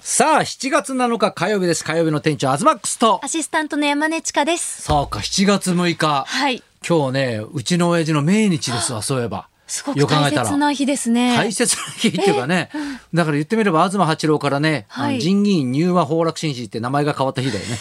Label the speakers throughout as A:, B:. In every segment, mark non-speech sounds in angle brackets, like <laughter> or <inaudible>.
A: さあ、7月7日火曜日です。火曜日の店長、アズマックスと。
B: アシスタントの山根千佳です。
A: そうか、7月6日。
B: はい。
A: 今日ね、うちの親父の命日ですわ、そういえば。
B: すご
A: よ
B: く
A: く考え
B: 大
A: たら
B: 切な日ですね。
A: 大切な日っていうかね、だから言ってみれば東八郎からね、
B: はい
A: あの仁義院入和崩落紳士って名前が変わった日だよね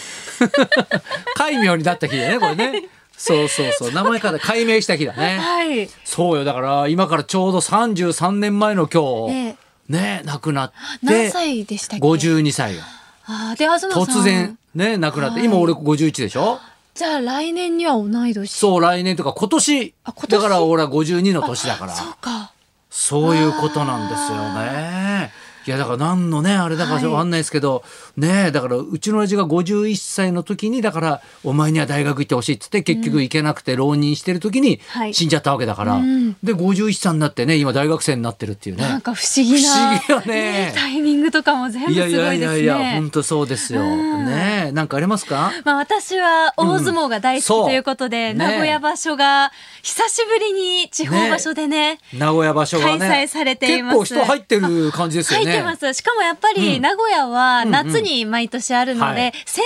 B: <laughs>
A: 戒名になった日だよねこれね、そうそうそう名前から改名した日だね、
B: はい。
A: そうよだから今からちょうど33年前の今日、
B: ええ
A: ね亡くなって
B: 何歳でしたっけ
A: 52歳よ
B: ああ、で、東さん。
A: 突然。ね亡くなって、
B: はい
A: 今俺51でしょ
B: じゃあ来年には同い年。
A: そう来年とか今年
B: あ今
A: だ
B: 年
A: から俺は52の年だから
B: そうか。
A: そういうことなんですよね。いやだから何のねあれだか
B: はい
A: らわかんないですけど、ねえだからうちの親父が51歳の時にだからお前には大学行ってほしいっつって結局行けなくて浪人してる時に
B: はい
A: 死んじゃったわけだから、
B: うん
A: で51歳になってね今大学生になってるっていうね。
B: なんか不思議な。
A: 不思議よね
B: タイミングとかも全部すごいですね。
A: いやいやいや本当そうですよ。
B: うん
A: ねえなんかありますか？
B: まあ私は大相撲が大
A: うん
B: 好きということで、
A: そうね
B: 名古屋場所が久しぶりに地方場所でね、
A: 名古屋場所がね
B: 開催されています
A: 結構人入ってる感じですよ
B: 入
A: ね。
B: ってます。しかもやっぱ
A: う
B: り
A: ん
B: 名古屋は夏に毎年あるの
A: はい
B: で、扇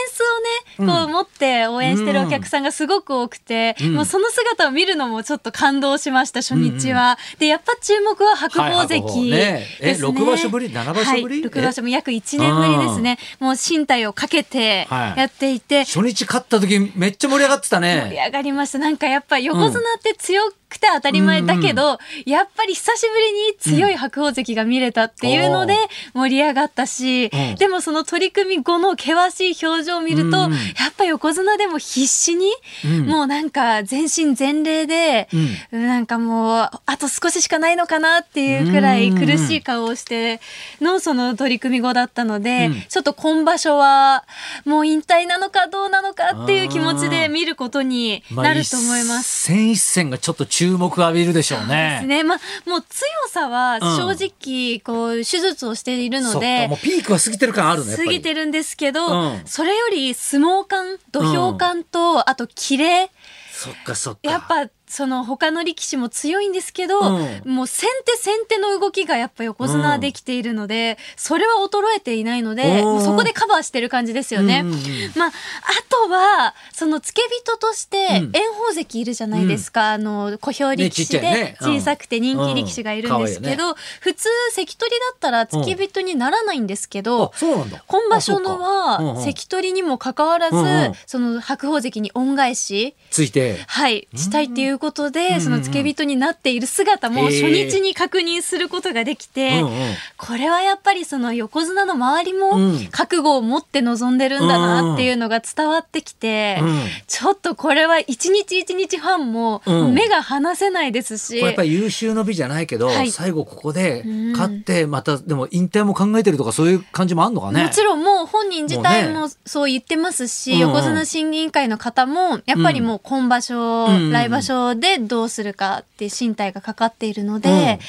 B: 子をね、こう持って応援してるお客さんがすごく多くて
A: うん、
B: もうその姿を見るのもちょっと感動しました、初日は。で、やっぱ注目は白鵬
A: はい白鵬
B: 関
A: ねえ
B: ですね。
A: 六場所ぶり七場所ぶり
B: はい
A: え
B: 六場所も約1年ぶりですね。もう身体をかけて
A: はい
B: やっていて、
A: 初日勝った時めっちゃ盛り上がってたね。
B: 盛り上がりました。なんかやっぱ横綱って強くて当たり前だけど、やっぱり久しぶりに強い白鵬関が見れたっていうので
A: うん
B: 盛り上がったし、
A: うん
B: でもその取り組み後の険しい表情を見ると、
A: うん
B: やっぱ横綱でも必死に、
A: うん
B: もうなんか全身全霊で、なんかもうあと少ししかないのかなっていうくらい苦しい顔をしてのその取り組み後だったので、
A: うん
B: ちょっと今場所はもう引退なのかどうなのかっていう気持ちで見ることになると思います。
A: 一戦一戦がちょっと注目浴びるでしょうね。
B: ですねまあ、もう強さは正直こう手術をしている
A: そ
B: の
A: っか
B: で
A: もうピークは過ぎてる感あるね。やっぱ
B: 過
A: り
B: ぎてるんですけど、
A: うん
B: それより相撲感土俵感と、あとキレ
A: そっかそっか。
B: やっぱその他の力士も強いんですけど、
A: うん
B: もう先手先手の動きがやっぱ横綱はできているので、それは衰えていないので、
A: おー
B: もうそこでカバーしてる感じですよね。
A: うんうんうん
B: <laughs> まあ、あとはその付け人として
A: うん
B: 炎鵬関いるじゃないですか、あの小兵力士で
A: ねちっちゃいねうん
B: 小さくて人気力士がいるんですけど、普通関取だったら付け人にならないんですけど、
A: あそうなんだ。
B: 今場所の
A: あそうかうんう
B: は
A: ん
B: 関取にもかかわらず、
A: うんうん
B: その白鵬関に恩返し
A: ついて。
B: はい、したいっていうことで、
A: うん
B: その付け人になっている姿
A: へ
B: も
A: え
B: 初日に確認することができて、
A: うんうん
B: これはやっぱりその横綱の周りも
A: うん
B: 覚悟を持って臨んでるんだなっていうのが伝わってきて、
A: うん
B: ちょっとこれは一日一日ファンも
A: うん
B: 目が離せないですし、
A: これやっぱり優秀の美じゃないけど、
B: はい
A: 最後ここで
B: うん
A: 勝ってまたでも引退も考えてるとかそういう感じもあんのかね。
B: もちろんもう本人自体
A: もう
B: もそう言ってますし、
A: うんうん
B: 横綱審議委員会の方もやっぱりもう今場所、
A: うん
B: 来場所でどうするかって身体がかかっているので、
A: うん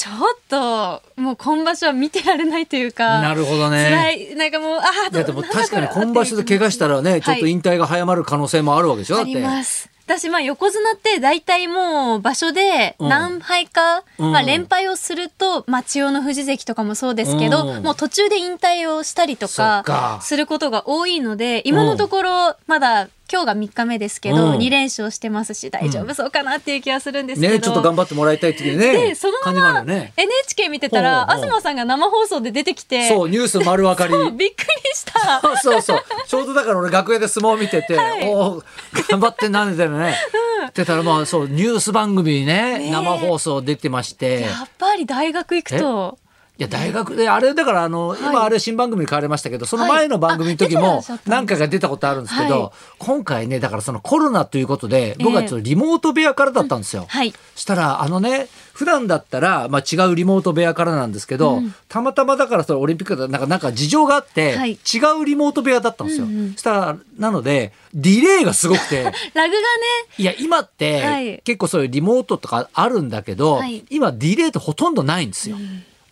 B: ちょっともう今場所は見てられないというか
A: なるほどね。
B: 辛いなんかもうああ
A: いやでも確かに今場所で怪我したらねちょっと
B: い
A: 引退が早まる可能性もあるわけでしょ。だ
B: あ
A: って
B: ります私まあ横綱って大体もう場所で
A: うん
B: 何敗か、
A: うん
B: まあ、連敗をすると、まあ、千代の富士関とかもそうですけど、
A: うん
B: もう途中で引退をしたりと
A: そっ
B: か
A: か
B: することが多いので今のところまだ今日が3日目ですけ
A: う
B: ど、
A: ん
B: 2連勝してますし大丈夫そうかなっていう気はするんですけど、
A: ねちょっと頑張ってもらいたいっていうね
B: でそのまま
A: 感じもあるよね。
B: NHK 見てたら
A: ほうほう
B: 東さんが生放送で出てきて
A: そうニュース丸分かり。
B: そうびっくりし
A: <laughs>
B: た。
A: そうそうそう。ちょうどだから俺楽屋で相撲見てて、
B: はい
A: おお頑張ってんなみたいなね。ってたらまあそうニュース番組にね
B: ねえ
A: 生放送出てまして。
B: やっぱり大学行くと
A: いや大学であれだからあの、今あれ新番組に変わりましたけどその前の番組の時
B: はいあ
A: も
B: 出てらっしゃったんです
A: 何回か出たことあるんですけど、
B: はい
A: 今回ねだからそのコロナということで僕はちょっとリモート部屋からだったんですよ。
B: はい
A: したらあのね普段だったら、まあ、違うリモート部屋からなんですけど、
B: うん
A: たまたまだからそのオリンピックだなんかなんか事情があって、
B: はい
A: 違うリモート部屋だったんですよ。
B: うんうん
A: したらなのでディレイがすごく
B: <laughs>
A: て
B: ラグがね
A: いや今って、
B: はい
A: 結構そういうリモートとかあるんだけど、
B: はい
A: 今ディレイってほとんどないんですよ。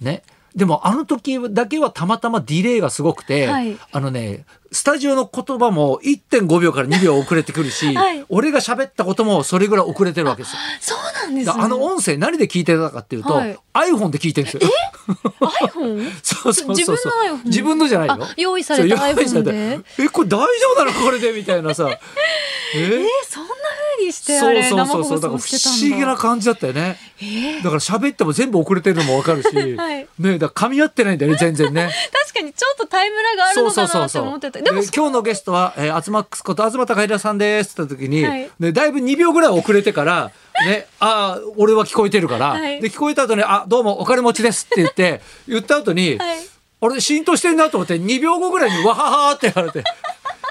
A: ねでもあの時だけはたまたまディレイがすごくて、
B: はい
A: あのねスタジオの言葉も1.5秒から2秒遅れてくるし、
B: はい
A: 俺が喋ったこともそれぐらい遅れてるわけですよ。
B: そうなんです
A: だ
B: ね。
A: からあの音声何で聞いてたかっていうと、
B: はい
A: iPhone で聞いてるんですよ。
B: iPhone?
A: <laughs> そうそうそうそう
B: 自分の iPhone？
A: 自分のじゃないよ
B: あ。用意された
A: そう用意され
B: iPhone
A: た
B: で。
A: えこれ大丈夫なのこれでみたいな
B: <laughs>
A: さ。え
B: えー、そんな風にしてあれ
A: そうそうそうそう
B: 生
A: だか
B: 放
A: ら
B: 送
A: 不
B: してたんだ。
A: 思議な感じだったよね。
B: えー
A: だから喋っても全部遅れてるのもわかるし、
B: <laughs> はい
A: ねだから噛み合ってないんだよね全然ね。
B: 確かにちょっとタイムラがあるのかなって思ってた。
A: で
B: でも、
A: 今日のゲストは、えー、アツマックスこと東高平さんですって言った時に、
B: はい
A: ね、だいぶ2秒ぐらい遅れてから、ね、ああ、俺は聞こえてるから、
B: はい
A: で、聞こえた後に、あ、どうもお金持ちですって言って、言った後に、
B: はい
A: 俺浸透してんなと思って2秒後ぐらいにわははーって言われて、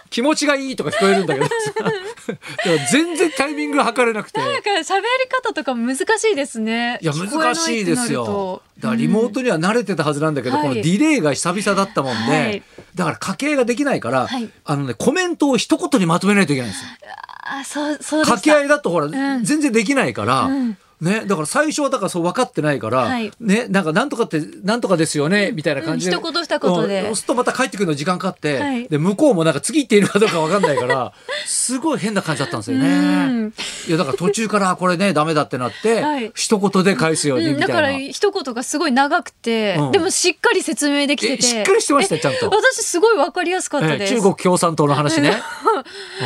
A: 気持ちがいいとか聞こえるんだけど
B: <laughs>
A: さ、だから全然タイミング測れなくて。
B: なんか喋り方とか難しいですね。
A: いや
B: 聞こえな
A: 難しいです
B: ってなる
A: よ
B: と。
A: だからリモートには慣れてたはずなんだけど、
B: はい
A: このディレイが久々だったもんで、
B: はい
A: だから家計ができないから、
B: はい
A: あのねコメントを一言にまとめないといけないんですよ。
B: あ、そう、そうで
A: 掛
B: し
A: け合
B: た。
A: いだとほら、
B: ん
A: 全然できないから。
B: うん
A: ね、だから最初はだからそう分かってないから、
B: はい
A: ね、なんかなんとかってなんとかですよねみたいな感じで、
B: うん一言二言で
A: うん押すとまた帰ってくるの時間かかって、
B: はい
A: で向こうもなんか次行っているかどうか分かんないから <laughs> すごい変な感じだったんですよ
B: う
A: ね
B: ん。
A: いやだから途中からあこれねダメだってなって、
B: はい
A: 一言で返すように
B: う
A: み
B: ん、
A: たい
B: だ
A: な。
B: から一言がすごい長くて、
A: うん
B: でもしっかり説明できてて
A: えしっかりしてましたよ
B: え
A: ちゃんと
B: 私すごいわかりやすかった
A: え
B: で
A: え
B: す、
A: 中国共産党の話ね。
B: <laughs>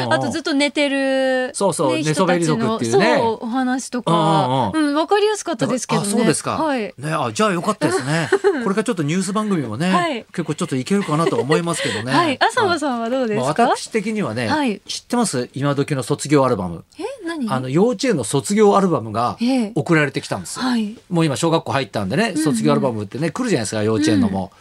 B: あとずっと寝てる、
A: そうそう
B: ね
A: 寝そべり族っていうね
B: 人たちのそうお話とか、
A: う
B: うんんわかりやすかったですけどね
A: あそうですか。
B: はい
A: ね、あ、じゃあよかったです
B: <laughs>
A: ね。これからちょっとニュース番組もね、
B: はい
A: 結構ちょっといけるかなとは思いますけどね。
B: <laughs> はい、浅
A: は
B: 間
A: い
B: さんはどうで
A: まあ
B: すか、
A: 私的にはね、
B: はい
A: 知ってます今時の卒業アルバム。
B: え何
A: あの、幼稚園の卒業アルバムが
B: ええ
A: 送られてきたんですよ。
B: はい
A: もう今小学校入ったんでね、卒業アルバムってね、来るじゃないですか、幼稚園のも。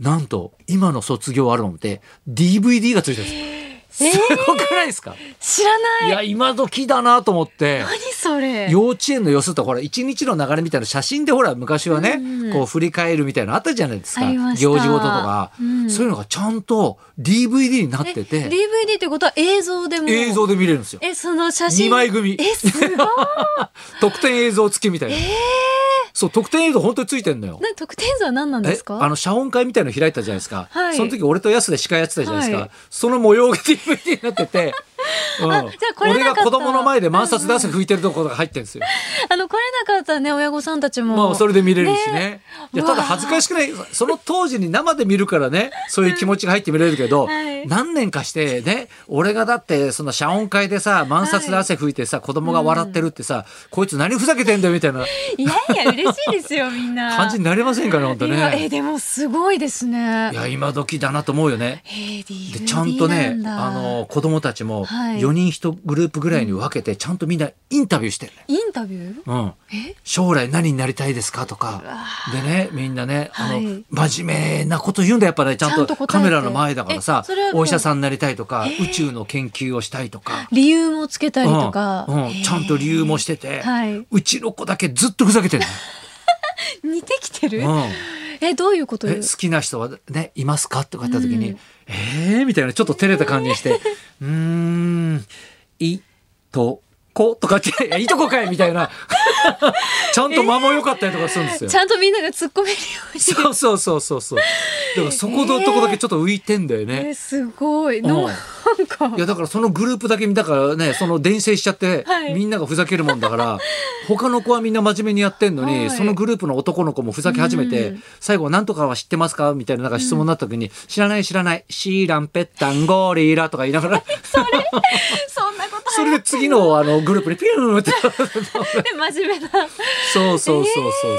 A: なんと、今の卒業アルバムって DVD がついてるんですよ。すごくないですか、
B: 知らない
A: いや、今時だなと思って。
B: 何それ
A: 幼稚園の様子とほら一日の流れみたいな写真でほら昔はね、
B: うんうん
A: こう振り返るみたいなのあったじゃないですか
B: ありま
A: 行
B: した
A: 事ごととか、
B: うん
A: そういうのがちゃんと DVD になって
B: え
A: て
B: DVD ってことは映像でも
A: 映像で見れるんですよ
B: えその写真
A: 2枚組
B: え
A: <laughs>
B: すごい
A: 特典映像付きみたいな、そう特典映像本当についてんのよ
B: な特典図は何なんですか
A: あの謝恩会みたいの開いたじゃないですか、
B: はい
A: その時俺とヤスで司会やってたじゃないですか、
B: はい
A: その模様が DVD になってて、うん
B: あじゃあこれな
A: 俺
B: かった
A: が
B: ら
A: 子供の前で満札出せ吹いてるところが入ってるんですよ
B: あの来れなかったね親御さんたちも。
A: まあそれで見れるしね。いや
B: うわ
A: ただ恥ずかしくないその当時に生で見るからねそういう気持ちが入って見れるけど、
B: はい
A: 何年かしてね俺がだってその謝恩会でさ満札で汗拭いてさ、子供が笑ってるってさ、こいつ何ふざけてんだよみたいない
B: やいや嬉しいですよみんな。
A: 感じになりませんかね本当
B: いやえ
A: ね。
B: でもすごいですね
A: い。や今時だなと思うよね。
B: え
A: で
B: DVD
A: ちゃんとね
B: なんだ
A: あの子供たちも
B: はい
A: 4人1グループぐらいに分けてちゃんとみんなインタビューしてるね。
B: インタビュー
A: うん
B: え、
A: 将来何になりたいですかとかでねみんなねあの、
B: はい
A: 真面目なこと言うんだやっぱねちゃ
B: ちゃ
A: ん
B: ん
A: と
B: と答えて
A: カメラの前だからさ
B: えそれはもう
A: お医者さんになりたいとか、宇宙の研究をしたいとか。
B: 理由もつけたりとか、
A: うんうん
B: えー
A: ちゃんと理由もしてて、
B: はいう
A: ちの子だけずっとふざけ
B: <laughs>
A: てる、
B: 似てきてる、
A: うん
B: えどういうこと
A: え
B: で
A: 好
B: す
A: きな人はねいますか?」とか言った時に「
B: うん
A: えー?」みたいなちょっと照れた感じに
B: <laughs>
A: して「うーんいとこ」とかっていや「いとこかい」みたい
B: <laughs>
A: なちゃんと間も良かったりとかするんですよ
B: ち。ゃんとみんなが突っ込めるよ <laughs> うに
A: そうそうそうそうそう。だからそこのとこだけちょっと浮いてんだよ
B: え
A: ね。
B: すごい
A: ん
B: のなんか
A: いやだからそのグループだけだからねその伝承しちゃって、
B: はい
A: みんながふざけるもんだ
B: <laughs>
A: から他の子はみんな真面目にやってんのに、
B: はい
A: そのグループの男の子もふざけ始めて、
B: うん
A: 最後は「なんとかは知ってますか?」みたいななんか質問になった時に「知らない知らないシーランペッタンゴリラ」とか言いなが
B: <laughs>
A: ら
B: そんなこと
A: それで次のあのグループにピューン
B: <laughs>
A: って
B: で真面目な
A: そうそうそうそう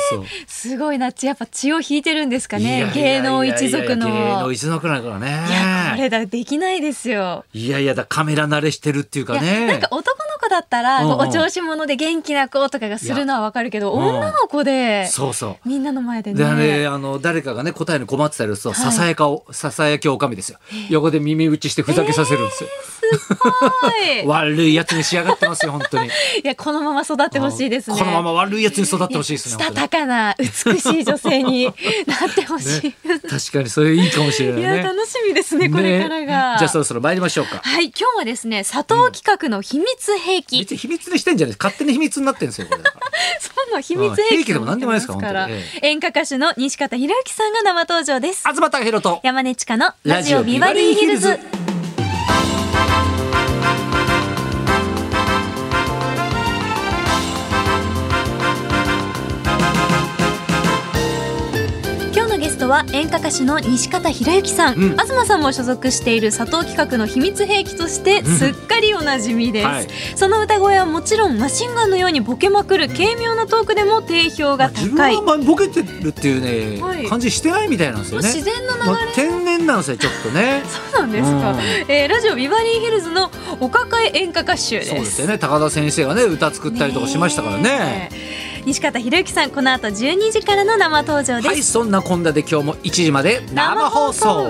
A: そう。
B: すごいなやっぱ血を引いてるんですか
A: いやい
B: ね
A: やいやいや
B: 芸能一族の
A: 芸能一族だからね。
B: いやこれだできないですよ
A: いやいやだカメラ慣れしてるっていうか
B: いや
A: ね。
B: なんか男の子だったら、
A: うんうん
B: こうお調子者で元気な子とかがするのはわかるけど、
A: いやうん
B: 女の子で、
A: そうそ
B: みんなの前で
A: う。で、あれ、
B: ね。
A: あの、誰かがね、答えに困ってたりすると、
B: は
A: さ
B: い
A: さやかを、ささやきおかみですよ。横で耳打ちしてふざけさせるんですよ。
B: はい
A: 悪いやつに仕上がってますよ、本当に。
B: いや、このまま育ってほしいですね。
A: このまま悪いやつに育ってほしいですね。
B: した
A: 本
B: たかな美しい女性になってほ
A: 当
B: し
A: に <laughs>
B: い
A: ね。確かに、それいいかもしれない
B: いや、
A: ね。
B: 楽しみですね、これからが。
A: ねじゃあ、そろそろ参りましょうか。
B: はい、今日はですね、佐藤企画の秘密兵器。
A: 別に秘密にしてんじゃないです。勝手に秘密になってんですよ、これだから。
B: <laughs> その秘密
A: うん兵
B: 兵器
A: 器でも何でもないですから
B: ら
A: 本当にえ
B: 演歌歌手の西方弘之さんが生登場です
A: 東隆弘と
B: 山根千佳のラジオビバリーヒルズ今日のゲストは演歌歌手の西方博之さん、
A: うん
B: 東さんも所属している佐藤企画の秘密兵器としてすっかりおなじみです、
A: はい
B: その歌声はもちろんマシンガンのようにボケまくる軽妙なトークでも定評が
A: 自分
B: 高い、
A: はあんまりボケてるっていうね、
B: はい
A: 感じしてないみたいなんですよね
B: 自然の流れ、
A: もう天然なんですよちょっとね
B: そうなんですか、
A: うん
B: えーラジオビバリーヒルズのお抱え演歌歌手です
A: そうですよね高田先生がね歌作ったりとかしましたからね
B: え西方博之さんこの後12時からの生登場です、
A: はいそんなこんなで今日も1時まで生放送